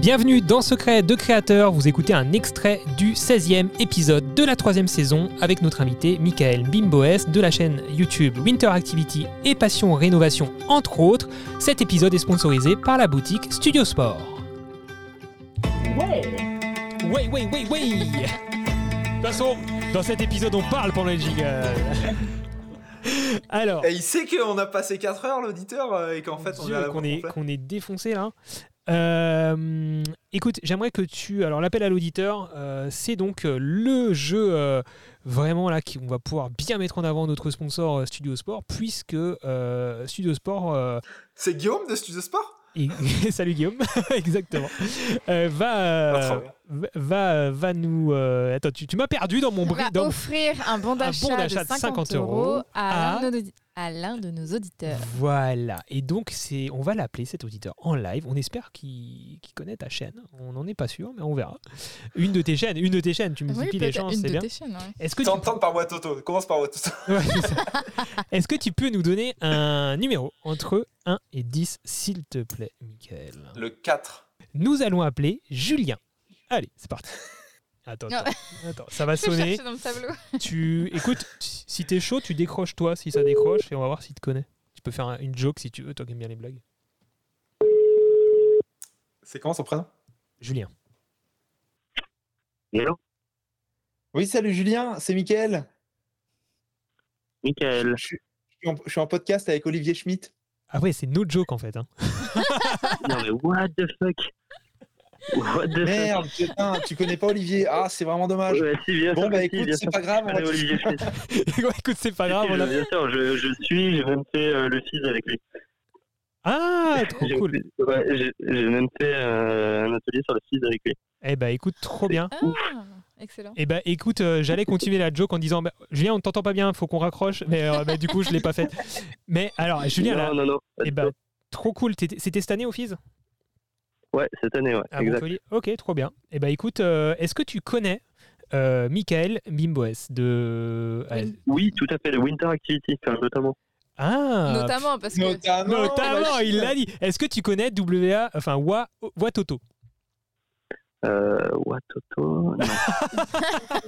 Bienvenue dans Secret de Créateur, vous écoutez un extrait du 16e épisode de la troisième saison avec notre invité Michael Bimboes de la chaîne YouTube Winter Activity et Passion Rénovation entre autres. Cet épisode est sponsorisé par la boutique Studio Sport. Ouais Ouais, ouais, ouais, ouais De toute façon, dans cet épisode on parle pendant les jingles. Alors, Et il sait qu'on a passé 4 heures l'auditeur euh, et qu'en fait on est à Dieu, la qu'on bourre, est, en fait. qu'on est défoncé là. Euh, écoute, j'aimerais que tu. Alors, l'appel à l'auditeur, euh, c'est donc euh, le jeu euh, vraiment là qu'on va pouvoir bien mettre en avant notre sponsor euh, Studio Sport, puisque euh, Studio Sport euh, C'est Guillaume de Studio Sport et- salut Guillaume, exactement. Euh, va, Pas euh, Bah, trop bien. va, va, va nous. euh, attends, tu, tu m'as perdu dans mon On bri- va dans mon- offrir un bon d'achat bon de d'achat 50, de 50 euros euros à, à- l'un de nos- à l'un de nos auditeurs. Voilà. Et donc, c'est, on va l'appeler cet auditeur en live. On espère qu'il, qu'il connaît ta chaîne. On n'en est pas sûr, mais on verra. Une de tes chaînes, une de tes chaînes. Tu multiplies les peut-être chances, une c'est de bien. tes chaînes, ouais. Est-ce que, tu, Tente, tente par Watoto, commence par Watoto. Ouais, c'est ça. Est-ce que tu peux nous donner un numéro entre 1 et 10, s'il te plaît, Michael Le 4. Nous allons appeler Julien. Allez, c'est parti. Attends, Non. attends, attends, ça va Je vais sonner. chercher dans le tableau. Tu écoute, si si t'es chaud, tu décroches toi si ça décroche et on va voir s'il te connaît. Tu peux faire un- une joke si tu veux, toi qui aimes bien les blagues. C'est comment son prénom Julien. Hello, Oui, salut Julien, c'est Mickaël. Michael. Je suis, je suis en, je suis en podcast avec Olivier Schmitt. Ah ouais, c'est no joke en fait. hein. Non mais what the fuck What the Merde, putain, tu connais pas Olivier. Ah, c'est vraiment fuck dommage. Ouais, si, bien Bon, sûr, bah si, écoute, bien c'est sûr. pas grave. on va- Allez, Olivier, fais- Ouais, écoute, c'est pas grave. si, on a- Bien sûr, je, je suis, j'ai même fait euh, le 6 avec Oh, lui. Ah, trop J'ai- cool. Ouais, j'ai j'ai même fait euh, un atelier sur le 6 avec lui. Eh bah écoute, trop bien. Ah, excellent. Eh ben écoute, euh, j'allais continuer la joke en disant bah, Julien, on t'entend pas bien, faut qu'on raccroche, mais, euh, bah, du coup, je l'ai pas faite. Mais alors, Julien, là, non, non, non. pas eh du bah. ben, trop cool. T'étais- C'était cette année au FIS tout. Ouais, cette année, ouais. Ah, à exact. Montpellier Ok, trop bien. Eh ben écoute, euh, est-ce que tu connais euh, Michael Bimboes de. euh, Oui. Oui, tout à fait, le Winter Activity, enfin, notamment. Ah Notamment parce que Notamment, Notamment, bah, il l'a dit. Est-ce que tu connais WA, enfin WA, WA Toto Euh, what, Toto Non.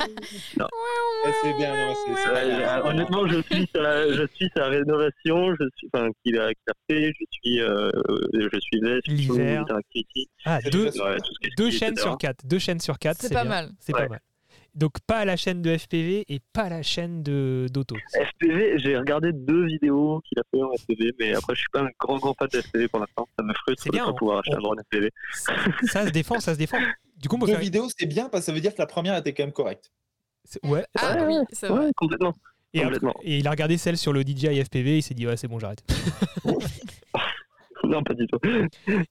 ouais, C'est bien, non, c'est- c'est pas Ouais, grave. euh, honnêtement, je suis sa, je suis sa rénovation, je suis, enfin, qu'il a, qu'il a fait, je suis, euh, je suivais surtout L'hiver. Winter Activity. Ah, C'est deux, déjà Ouais, tout ce que je deux dis, chaînes etc. sur quatre. Deux chaînes sur quatre, c'est c'est pas bien. mal. C'est Ouais. pas mal. Donc pas la chaîne de FPV et pas la chaîne de d'Auto. FPV, j'ai regardé deux vidéos qu'il a fait en FPV, mais après, je suis pas un grand, grand fan de FPV pour l'instant. Ça me C'est frustre de bien, pas on- pouvoir acheter un drone FPV. Ça, ça se défend, ça se défend. Du coup, on peut Deux faire- vidéos, c'est bien parce que ça veut dire que la première était quand même correcte. c'est- ouais. Ah oui, c'est vrai. Ouais, complètement. Et, après- complètement. et il a regardé celle sur le DJI FPV, il s'est dit ouais c'est bon j'arrête. Non, pas du tout.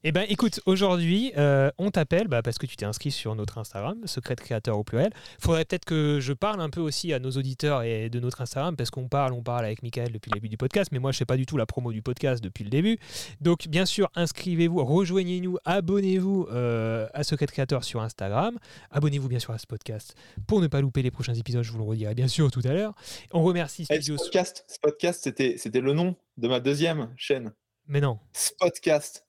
Eh ben écoute, aujourd'hui euh, on t'appelle bah, parce que tu t'es inscrit sur notre Instagram, Secret Créateur au pluriel. Faudrait peut-être que je parle un peu aussi à nos auditeurs et de notre Instagram parce qu'on parle, on parle avec Michael depuis le début du podcast, mais moi je fais pas du tout la promo du podcast depuis le début. Donc bien sûr inscrivez-vous, rejoignez-nous, abonnez-vous euh, à Secret Créateur sur Instagram, abonnez-vous bien sûr à ce podcast pour ne pas louper les prochains épisodes. Je vous le redirai bien sûr tout à l'heure. On remercie Eh, ce Studio. podcast, ce podcast, c'était c'était le nom de ma deuxième chaîne. Mais non. Spotcast.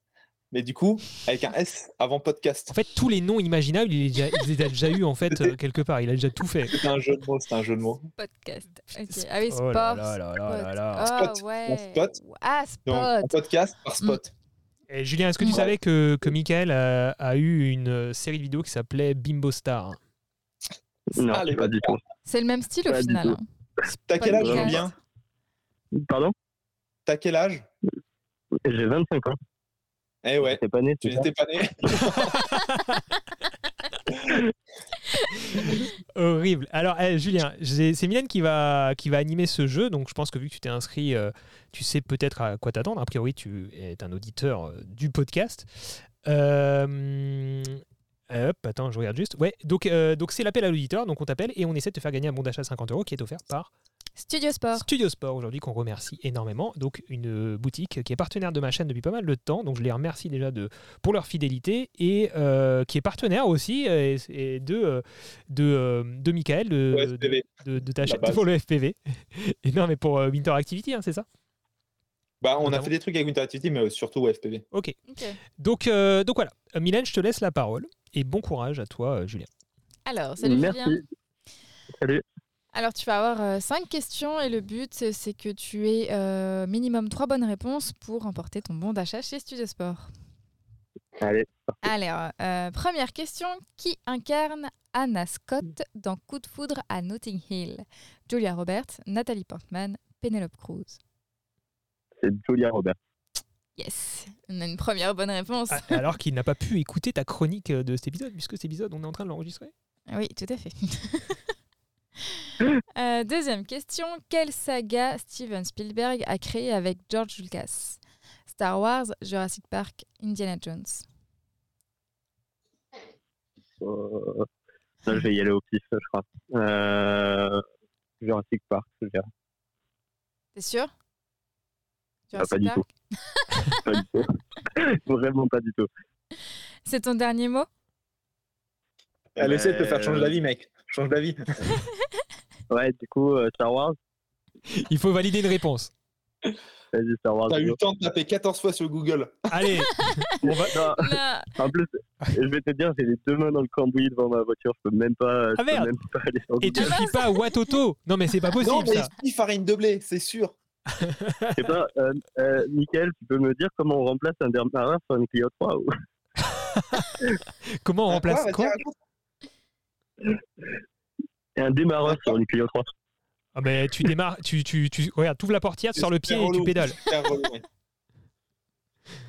Mais du coup, avec un S avant podcast. En fait, tous les noms imaginables, il, est déjà- il les a déjà eu en fait euh, quelque part. Il a déjà tout fait. C'était un jeu de mots, c'était un jeu de mots. Podcast. Ok. Ah oui, Oh sport. là là là là là là. Ah Spot. ouais. On spot. Ah, Donc, spot. en podcast par spot. Et Eh, Julien, est-ce que tu Ouais. savais que, que Michael a, a eu une euh, série de vidéos qui s'appelait Bimbo Star Non, Ah, les pas du tout. C'est le même style Pas au du final. tout. hein. T'as quel âge, Podcast. Julien Pardon T'as quel âge J'ai 25 ans. Eh ouais, T'es pas né, tu c'est ça n'étais pas né. Horrible. Alors, eh, Julien, j'ai- c'est Mylène qui va, qui va animer ce jeu. Donc, je pense que vu que tu t'es inscrit, euh, tu sais peut-être à quoi t'attendre. A priori, tu es un auditeur euh, du podcast. Euh, hop, attends, je regarde juste. Ouais, donc euh, donc c'est l'appel à l'auditeur. Donc, on t'appelle et on essaie de te faire gagner un bon d'achat de 50 euros qui est offert par Studio Sport. Studio Sport aujourd'hui qu'on remercie énormément. Donc une euh, boutique qui est partenaire de ma chaîne depuis pas mal de temps. Donc je les remercie déjà de, pour leur fidélité et euh, qui est partenaire aussi euh, et, et de, euh, de, euh, de Michael de, Au SPV. de, de ta La chaîne base. pour le FPV. Et non mais pour euh, Winter Activity, hein, c'est ça Bah, on a Notamment. fait des trucs avec Winter Activity, mais euh, surtout au FPV. Ok. Donc, euh, donc voilà, Euh, Mylène, je te laisse la parole et bon courage à toi, euh, Julien. Alors, salut Merci. Julien. Salut. Alors, tu vas avoir euh, cinq questions et le but, c'est- c'est que tu aies euh, minimum trois bonnes réponses pour remporter ton bon d'achat chez Studio Sport. Allez. Alors, euh, première question. Qui incarne Anna Scott dans Coup de foudre à Notting Hill Julia Roberts, Nathalie Portman, Penelope Cruz. C'est Julia Robert. Yes, on a une première bonne réponse. Ah, Alors qu'il n'a pas pu écouter ta chronique euh, de cet épisode, puisque cet épisode, on est en train de l'enregistrer. Ah Oui, tout à fait. Euh, deuxième question. Quelle saga Steven Spielberg a créée avec George Lucas Star Wars, Jurassic Park, Indiana Jones. Euh, non, je vais y aller au pif, je crois. Euh... Jurassic Park, je dirais. T'es sûr Ah, pas du tout. Pas du tout. Vraiment pas du tout. C'est ton dernier mot Elle essaie de te faire changer Euh, d'avis, mec. Change d'avis. Ouais, du coup, euh, Star Wars. Il faut valider une réponse. Vas-y, Star Wars. T'as eu go. le temps de taper 14 fois sur Google. Allez, on va- Non, Non. en plus, je vais te dire, j'ai les deux mains dans le cambouis devant ma voiture. Je peux même pas, je Ah, peux merde. même pas aller sur Et tu Google. ne dis pas Watoto Non, mais c'est pas non, possible mais ça. il farine doublée, c'est sûr. Je sais pas, euh, euh, Mickaël, tu peux me dire comment on remplace un Dermarin sur une Clio 3 ou... Ah, Comment on remplace Bah, Vas-y, quoi raconte. Et un démarreur sur une Clio 3 Ah, mais tu démarres, tu, tu, tu regarde, ouvres la portière, tu sors le pied et tu relou. pédales. Ah, relou,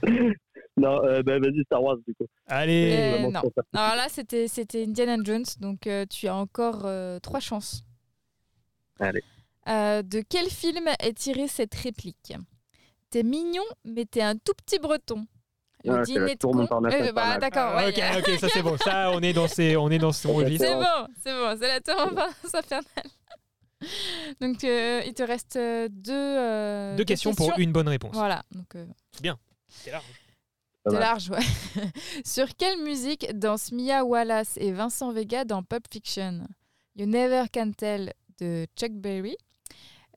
ouais. Non, euh, bah, vas-y, Star Wars, du coup. Allez, Euh, Vraiment non. trop facile. Alors là, c'était c'était Indiana Jones, donc euh, tu as encore euh, trois chances. Allez. Euh, de quel film est tirée cette réplique T'es mignon, mais t'es un tout petit breton. Le Ah, c'est la dîner de tour con. Montparnasse à Euh, bah, Parnasse. D'accord, Ah, ouais, Euh, ok, ok, ça c'est bon. Ça, on est dans ces, on est dans ce registre. c'est bon, c'est bon, c'est la tour Montparnasse infernale. Donc euh, il te reste euh, deux, euh, Deux questions pour une bonne réponse. Voilà, donc euh, Pas C'est mal. large, ouais. Sur quelle musique dansent Mia Wallace et Vincent Vega dans Pulp Fiction You Never Can Tell de Chuck Berry,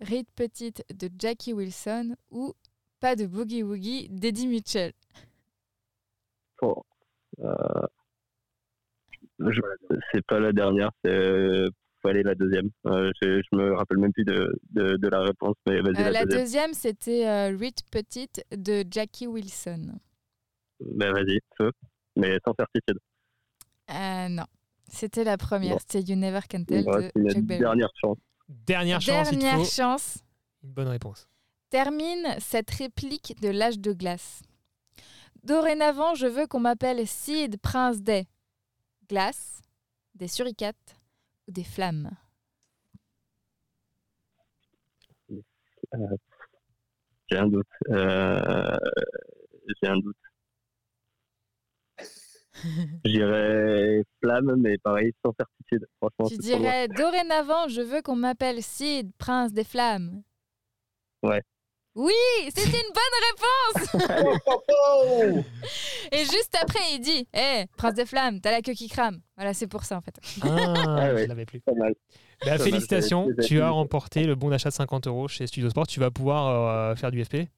Read Petite de Jackie Wilson ou Pas de Boogie Woogie d'Eddie Mitchell Bon. Euh, je- C'est pas la dernière, c'est faut aller la deuxième. Euh, je, je me rappelle même plus de, de, de la réponse, mais vas-y Euh, la La deuxième. deuxième, c'était euh, Read Petite de Jackie Wilson. Ben vas-y, feu. Mais sans certitude. Euh, non, c'était la première, Bon. c'était You Never Can Il Tell me de reste une Chuck Berry. dernière chance. Dernière chance, il te Dernière faut chance. une bonne réponse. termine cette réplique de l'âge de glace. Dorénavant, je veux qu'on m'appelle Cid, prince des glaces, des suricates ou des flammes. J'ai un doute. Euh, J'ai un doute. J'irais flamme, mais pareil, sans certitude. Franchement, tu Oh, c'est trop loin. dirais dorénavant, je veux qu'on m'appelle Cid, prince des flammes. Ouais. Oui, c'est une bonne Oh, oh, oh réponse. Et juste après, il dit, hé, prince des flammes, t'as la queue qui crame. Voilà, c'est pour ça en fait. Ah, je ouais. l'avais plus. Pas mal. Bah, mal, félicitations, j'avais- j'avais tu as plus. remporté le bon d'achat de 50 euros chez Studio Sport. Tu vas pouvoir euh, faire du FP.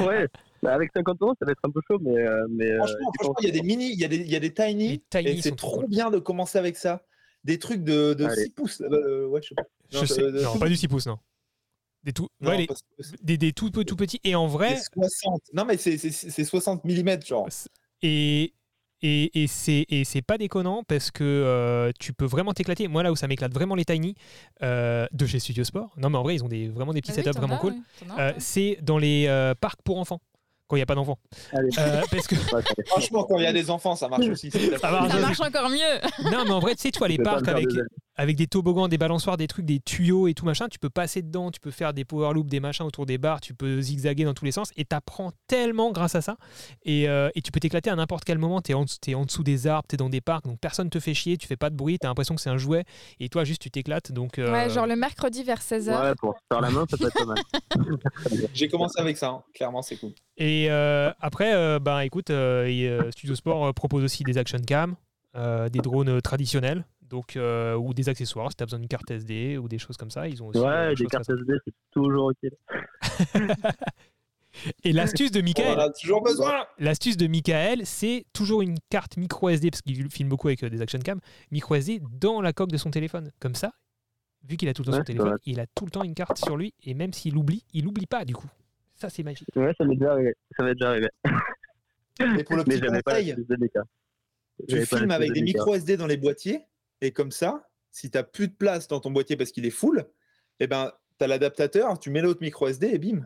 Ouais, bah, avec 50 euros, ça va être un peu chaud, mais. euh, mais euh, Franchement, franchement, il y a des mini, il y a des, il y a des Les tiny, tiny et sont c'est trop trop cool. bien de commencer avec ça. Des trucs de, de Allez. 6 pouces. euh, ouais, je sais pas. je Non, sais, euh, de- non, pas du 6 pouces, non. Des tout, Non, ouais, les- parce que c'est- des, des tout, tout petits. Et en vrai, c'est 60. Non, mais c'est- c'est c'est 60 mm, genre. Et, et, et c'est, et c'est pas déconnant parce que euh, tu peux vraiment t'éclater. Moi, là où ça m'éclate vraiment les Tiny euh, de chez Studio Sport, non, mais en vrai, ils ont des, vraiment des petits Bah setups Ah vraiment cool. Euh, c'est dans les euh, parcs pour enfants, quand il n'y a pas d'enfants. Allez. Euh, parce que, ouais, ça va être- Franchement, quand il y a des enfants, ça marche aussi. c'est la- Ça marche. ça je- marche encore mieux. non, mais en vrai, tu sais, tu vois, les Je vais pas me parcs faire avec, des amis. avec des toboggans, des balançoires, des trucs, des tuyaux et tout machin, tu peux passer dedans, tu peux faire des power loops, des machins autour des bars, tu peux zigzaguer dans tous les sens et t'apprends tellement grâce à ça. Et, euh, et tu peux t'éclater à n'importe quel moment, t'es en, dessous- t'es en dessous des arbres, t'es dans des parcs, donc personne te fait chier, tu fais pas de bruit, t'as l'impression que c'est un jouet et toi juste tu t'éclates. Donc, euh, Ouais, genre le mercredi vers 16h. Ouais, pour se faire la main, ça peut être pas mal. J'ai commencé avec ça, hein. clairement, c'est cool. Et euh, après, euh, ben, écoute, euh, et, euh, Studio Sport euh, propose aussi des action cam, euh, des drones euh, traditionnels. Donc, euh, ou des accessoires, si tu as besoin d'une carte SD ou des choses comme ça, ils ont aussi. euh, Ouais, des choses très cartes SD, c'est toujours utile. simples. Et l'astuce de On en Michael, a toujours besoin. l'astuce de Michael, c'est toujours une carte micro SD, parce qu'il filme beaucoup avec euh, des action cam, micro SD dans la coque de son téléphone. Comme ça, vu qu'il a tout le temps Ouais, son c'est téléphone, vrai. il a tout le temps une carte sur lui, et même s'il oublie, il oublie pas du coup. Ça, c'est magique. Ouais, ça m'est déjà arrivé. Ça m'est déjà arrivé. Et pour le Mais petit j'avais pas conseil, l'astuce de Mika. tu J'avais pas filmes l'astuce avec de des Mika. micro SD dans les boîtiers, et comme ça, si t'as plus de place dans ton boîtier parce qu'il est full, et ben t'as l'adaptateur, tu mets l'autre micro SD et bim,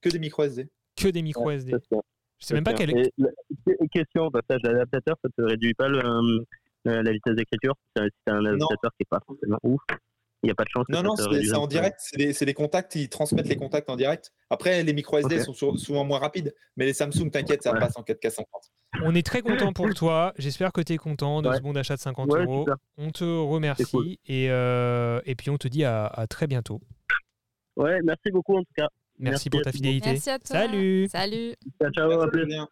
que des micro SD. Que des micro SD. Ça, c'est- Je sais même pas c'est- quelle. Et la- que- Question, au passage, l'adaptateur, ça te réduit pas le, euh, la vitesse d'écriture C'est un- c'est un adaptateur qui est pas forcément ouf. Il n'y a pas de chance. que Non, ça non, te c'est réduise c'est un en peu. direct, c'est des, c'est des contacts, ils transmettent les contacts en direct. Après, les micro SD Ok. sont sou- souvent moins rapides, mais les Samsung, t'inquiète, ça Ouais. passe en 4K50. On est très content pour toi. J'espère que tu es content de Ouais. ce bon d'achat de 50 Ouais, euros. super. On te remercie C'est cool. et, euh, et puis on te dit à, à très bientôt. Ouais, merci beaucoup en tout cas. Merci, pour à ta tous. fidélité. Merci à toi. Salut Salut. Ciao, ciao, à Merci, plus. Julien.